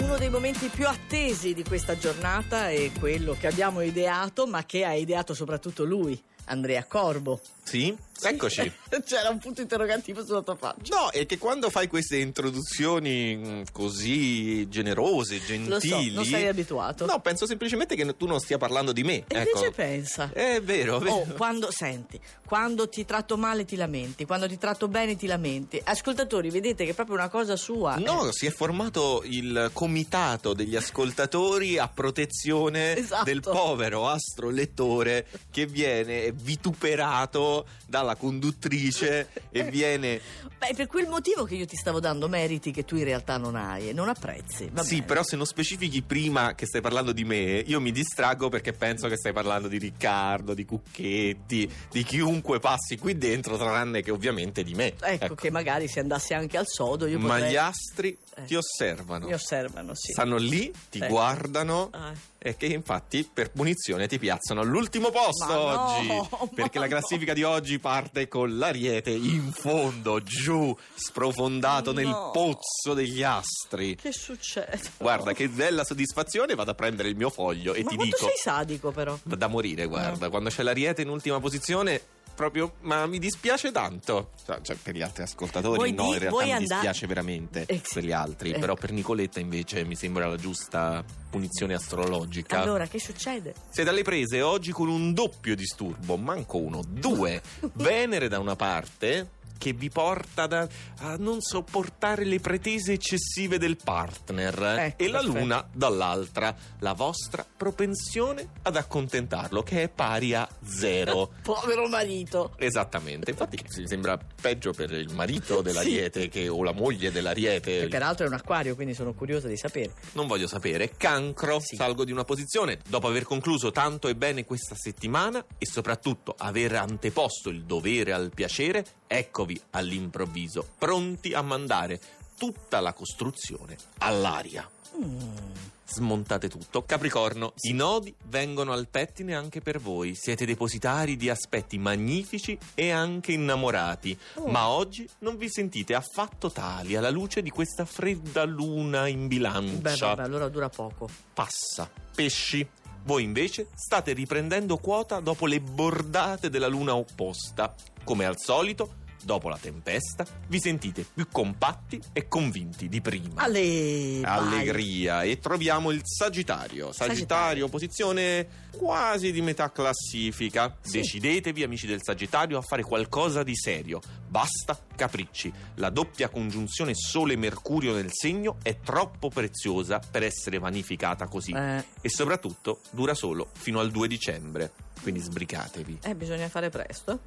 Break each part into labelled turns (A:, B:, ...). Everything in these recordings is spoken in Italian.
A: uno dei momenti più attesi di questa giornata è quello che abbiamo ideato, ma che ha ideato soprattutto lui, Andrea Corbo.
B: Sì, eccoci.
A: C'era un punto interrogativo sulla tua faccia.
B: No, è che quando fai queste introduzioni mh, così generose,
A: Lo so,
B: gentili.
A: non sei abituato.
B: No, penso semplicemente che tu non stia parlando di me.
A: E
B: ecco.
A: invece pensa.
B: È vero, è vero.
A: Oh, quando senti, quando ti tratto male ti lamenti, quando ti tratto bene ti lamenti. Ascoltatori, vedete che è proprio una cosa sua.
B: No, si è formato il comitato degli ascoltatori a protezione
A: Esatto.
B: del povero astrolettore che viene vituperato dalla conduttrice e viene
A: Beh, per quel motivo che io ti stavo dando meriti che tu in realtà non hai e non apprezzi. Va
B: sì,
A: bene.
B: però se non specifichi prima che stai parlando di me, io mi distraggo perché penso che stai parlando di Riccardo, di Cucchetti, di chiunque passi qui dentro, tranne che ovviamente di me.
A: Ecco, che magari se andassi anche al sodo io
B: Ma
A: potrei...
B: gli astri
A: Eh.
B: ti osservano,
A: Mi osservano, sì.
B: stanno lì, ti
A: Ecco.
B: guardano.
A: Ah.
B: E che infatti per punizione ti piazzano all'ultimo posto
A: Ma no,
B: oggi.
A: ma
B: perché la
A: no.
B: classifica di oggi parte con l'ariete in fondo, giù, sprofondato nel
A: No.
B: pozzo degli astri.
A: Che succede?
B: Guarda, che bella soddisfazione, vado a prendere il mio foglio e
A: Ma
B: ti
A: quanto
B: dico.
A: sei Eh. sadico però.
B: Da morire, guarda, quando c'è l'ariete in ultima posizione, proprio. Ma mi dispiace tanto. Cioè, cioè, per gli altri ascoltatori,
A: Vuoi
B: no,
A: di-
B: in realtà
A: vuoi
B: mi
A: andare-
B: dispiace veramente
A: Eh, sì.
B: per gli altri.
A: Ecco.
B: Però per Nicoletta, invece, mi sembra la giusta punizione astrologica.
A: Allora, che succede?
B: Siete alle prese oggi con un doppio disturbo, manco uno, due. Venere da una parte che vi porta da- a non sopportare le pretese eccessive del partner eh,
A: Ecco,
B: e la
A: perfetto.
B: luna dall'altra, la vostra propensione ad accontentarlo che è pari a zero.
A: Povero marito.
B: Esattamente, infatti mi sembra peggio per il marito dell'ariete che, o la moglie
A: Che
B: dell'ariete,
A: peraltro è un acquario, quindi sono curiosa di sapere.
B: non voglio sapere, cancro,
A: Sì.
B: salgo di una posizione dopo aver concluso tanto e bene questa settimana e soprattutto aver anteposto il dovere al piacere, eccovi all'improvviso, pronti a mandare tutta la costruzione all'aria.
A: Mm.
B: Smontate tutto. Capricorno, i nodi vengono al pettine anche per voi. Siete depositari di aspetti magnifici e anche innamorati.
A: Oh.
B: Ma oggi non vi sentite affatto tali alla luce di questa fredda luna in
A: Beh,
B: bilancia.
A: vabbè, allora dura poco.
B: Passa. Pesci. Voi invece state riprendendo quota dopo le bordate della luna opposta. Come al solito, dopo la tempesta, vi sentite più compatti e convinti di prima.
A: Ale, vai.
B: Allegria e troviamo il Sagittario. Sagittario,
A: Sagittario.
B: posizione quasi di metà classifica.
A: Sì.
B: Decidetevi, amici del Sagittario, a fare qualcosa di serio. Basta capricci. La doppia congiunzione Sole-Mercurio nel segno è troppo preziosa per essere vanificata così.
A: Eh,
B: E soprattutto dura solo fino al 2 dicembre. Quindi sbrigatevi.
A: eh, bisogna fare presto.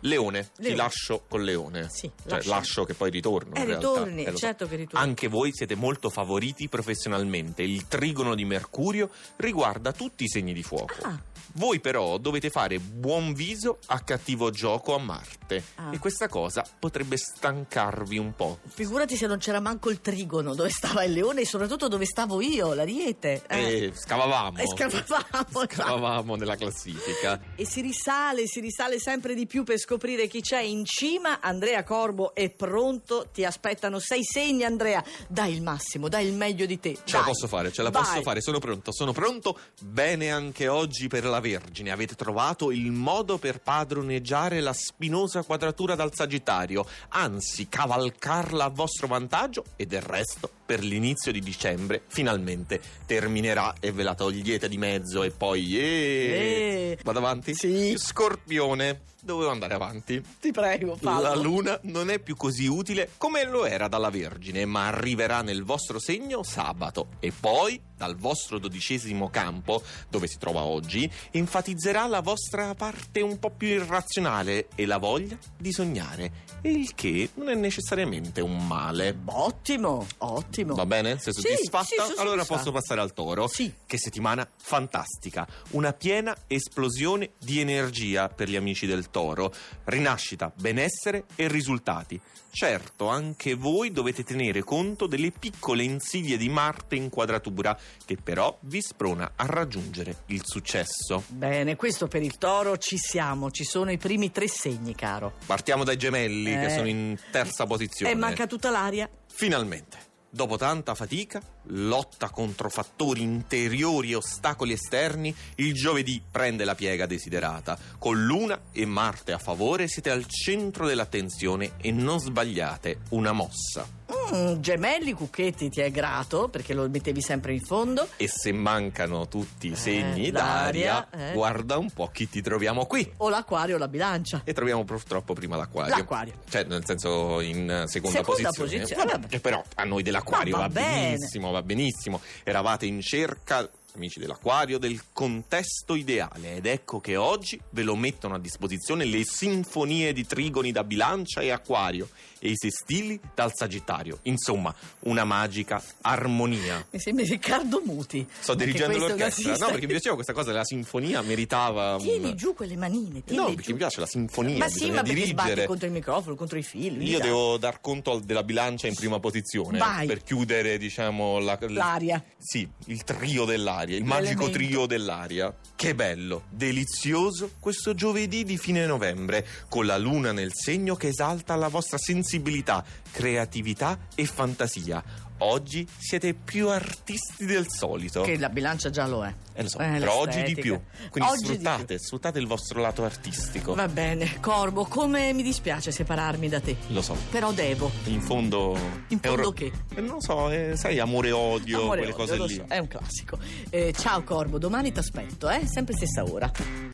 B: Leone, ti
A: Leone.
B: lascio con Leone.
A: Sì,
B: Cioè,
A: lascia.
B: lascio che poi ritorno.
A: Eh,
B: in realtà.
A: ritorni,
B: Eh, lo so.
A: certo che ritorni.
B: Anche voi siete molto favoriti professionalmente. Il trigono di Mercurio riguarda tutti i segni di fuoco.
A: Ah,
B: Voi però dovete fare buon viso a cattivo gioco a Marte
A: Ah.
B: e questa cosa potrebbe stancarvi un po'.
A: figurati se non c'era manco il trigono dove stava il leone e soprattutto dove stavo io, l'ariete. Eh.
B: E scavavamo.
A: E scavavamo,
B: Scavavamo nella classifica.
A: E si risale, si risale sempre di più per scoprire chi c'è in cima. Andrea Corbo è pronto, ti aspettano sei segni, Andrea. Dai il massimo, dai il meglio di te.
B: Ce la
A: dai.
B: posso fare, ce la
A: Vai.
B: posso fare, sono pronto, sono pronto. Bene anche oggi per la Vergine. Avete trovato il modo per padroneggiare la spinosa quadratura dal Sagittario, anzi cavalcarla a vostro vantaggio e del resto per l'inizio di dicembre finalmente terminerà e ve la togliete di mezzo e poi... eh.
A: Eh.
B: Vado avanti?
A: Sì.
B: Scorpione, dovevo andare avanti.
A: Ti prego,
B: La
A: fallo.
B: luna non è più così utile come lo era dalla Vergine, ma arriverà nel vostro segno sabato e poi dal vostro dodicesimo campo, dove si trova oggi, enfatizzerà la vostra parte un po' più irrazionale e la voglia di sognare, e il che non è necessariamente un male.
A: Ottimo, ottimo.
B: Va bene? Sei
A: Sì,
B: soddisfatta?
A: sì, sono
B: allora
A: soddisfatta.
B: posso passare al toro.
A: Sì.
B: Che settimana fantastica! Una piena esplosione di energia per gli amici del toro. Rinascita, benessere e risultati. Certo, anche voi dovete tenere conto delle piccole insidie di Marte in quadratura, che però vi sprona a raggiungere il successo.
A: Bene, questo per il toro ci siamo, ci sono i primi tre segni, caro.
B: Partiamo dai gemelli, che
A: Eh.
B: sono in terza posizione.
A: E manca tutta l'aria.
B: Finalmente. Dopo tanta fatica, lotta contro fattori interiori e ostacoli esterni, il giovedì prende la piega desiderata. Con Luna e Marte a favore siete al centro dell'attenzione e non sbagliate una mossa.
A: Mm, gemelli Cucchetti ti è grato perché lo mettevi sempre in fondo.
B: E se mancano tutti i
A: Eh,
B: segni
A: l'aria,
B: d'aria,
A: eh.
B: guarda un po' chi ti troviamo qui.
A: O l'acquario o la bilancia.
B: E troviamo purtroppo prima l'acquario.
A: L'acquario.
B: Cioè, nel senso, in eh, seconda,
A: Seconda
B: posizione.
A: posizione.
B: Vabbè, che però a noi dell'acquario
A: Ma va
B: va,
A: bene.
B: benissimo, va benissimo. Eravate in cerca, amici dell'acquario, del contesto ideale. Ed ecco che oggi ve lo mettono a disposizione le sinfonie di trigoni da bilancia e acquario e i sestili dal sagittario. Insomma, una magica armonia.
A: Mi sembri Riccardo Muti.
B: Sto
A: Anche
B: dirigendo
A: questo è un
B: l'orchestra.
A: assistente.
B: No, perché mi piaceva questa cosa, la sinfonia meritava un-
A: Tieni giù quelle manine. tieni
B: No,
A: giù.
B: perché mi piace la sinfonia,
A: Ma sì,
B: bisogna
A: ma perché sbatti
B: dirigere.
A: contro il microfono, contro i film.
B: Io devo dar conto al- della bilancia in prima posizione
A: Vai.
B: per chiudere, diciamo, la-
A: L'aria.
B: Sì, il trio dell'aria, il magico
A: L'elemento.
B: trio dell'aria. Che bello, delizioso questo giovedì di fine novembre, con la luna nel segno che esalta la vostra sensibilità, creatività e fantasia. Oggi siete più artisti del solito.
A: Che la bilancia già lo è.
B: Eh, lo so,
A: Eh,
B: però oggi di
A: l'estetica.
B: più. Quindi
A: Oggi di
B: sfruttate, sfruttate il vostro lato artistico.
A: Va bene, Corbo, come mi dispiace separarmi da te,
B: Lo so.
A: però devo.
B: In fondo.
A: In
B: è un
A: fondo
B: ro-
A: che?
B: Eh, Non lo so, eh, sai, amore e odio,
A: Amore,
B: quelle
A: odio,
B: cose
A: lo
B: lì.
A: so, è un classico. Eh, ciao Corbo, domani ti aspetto, eh? Sempre stessa ora.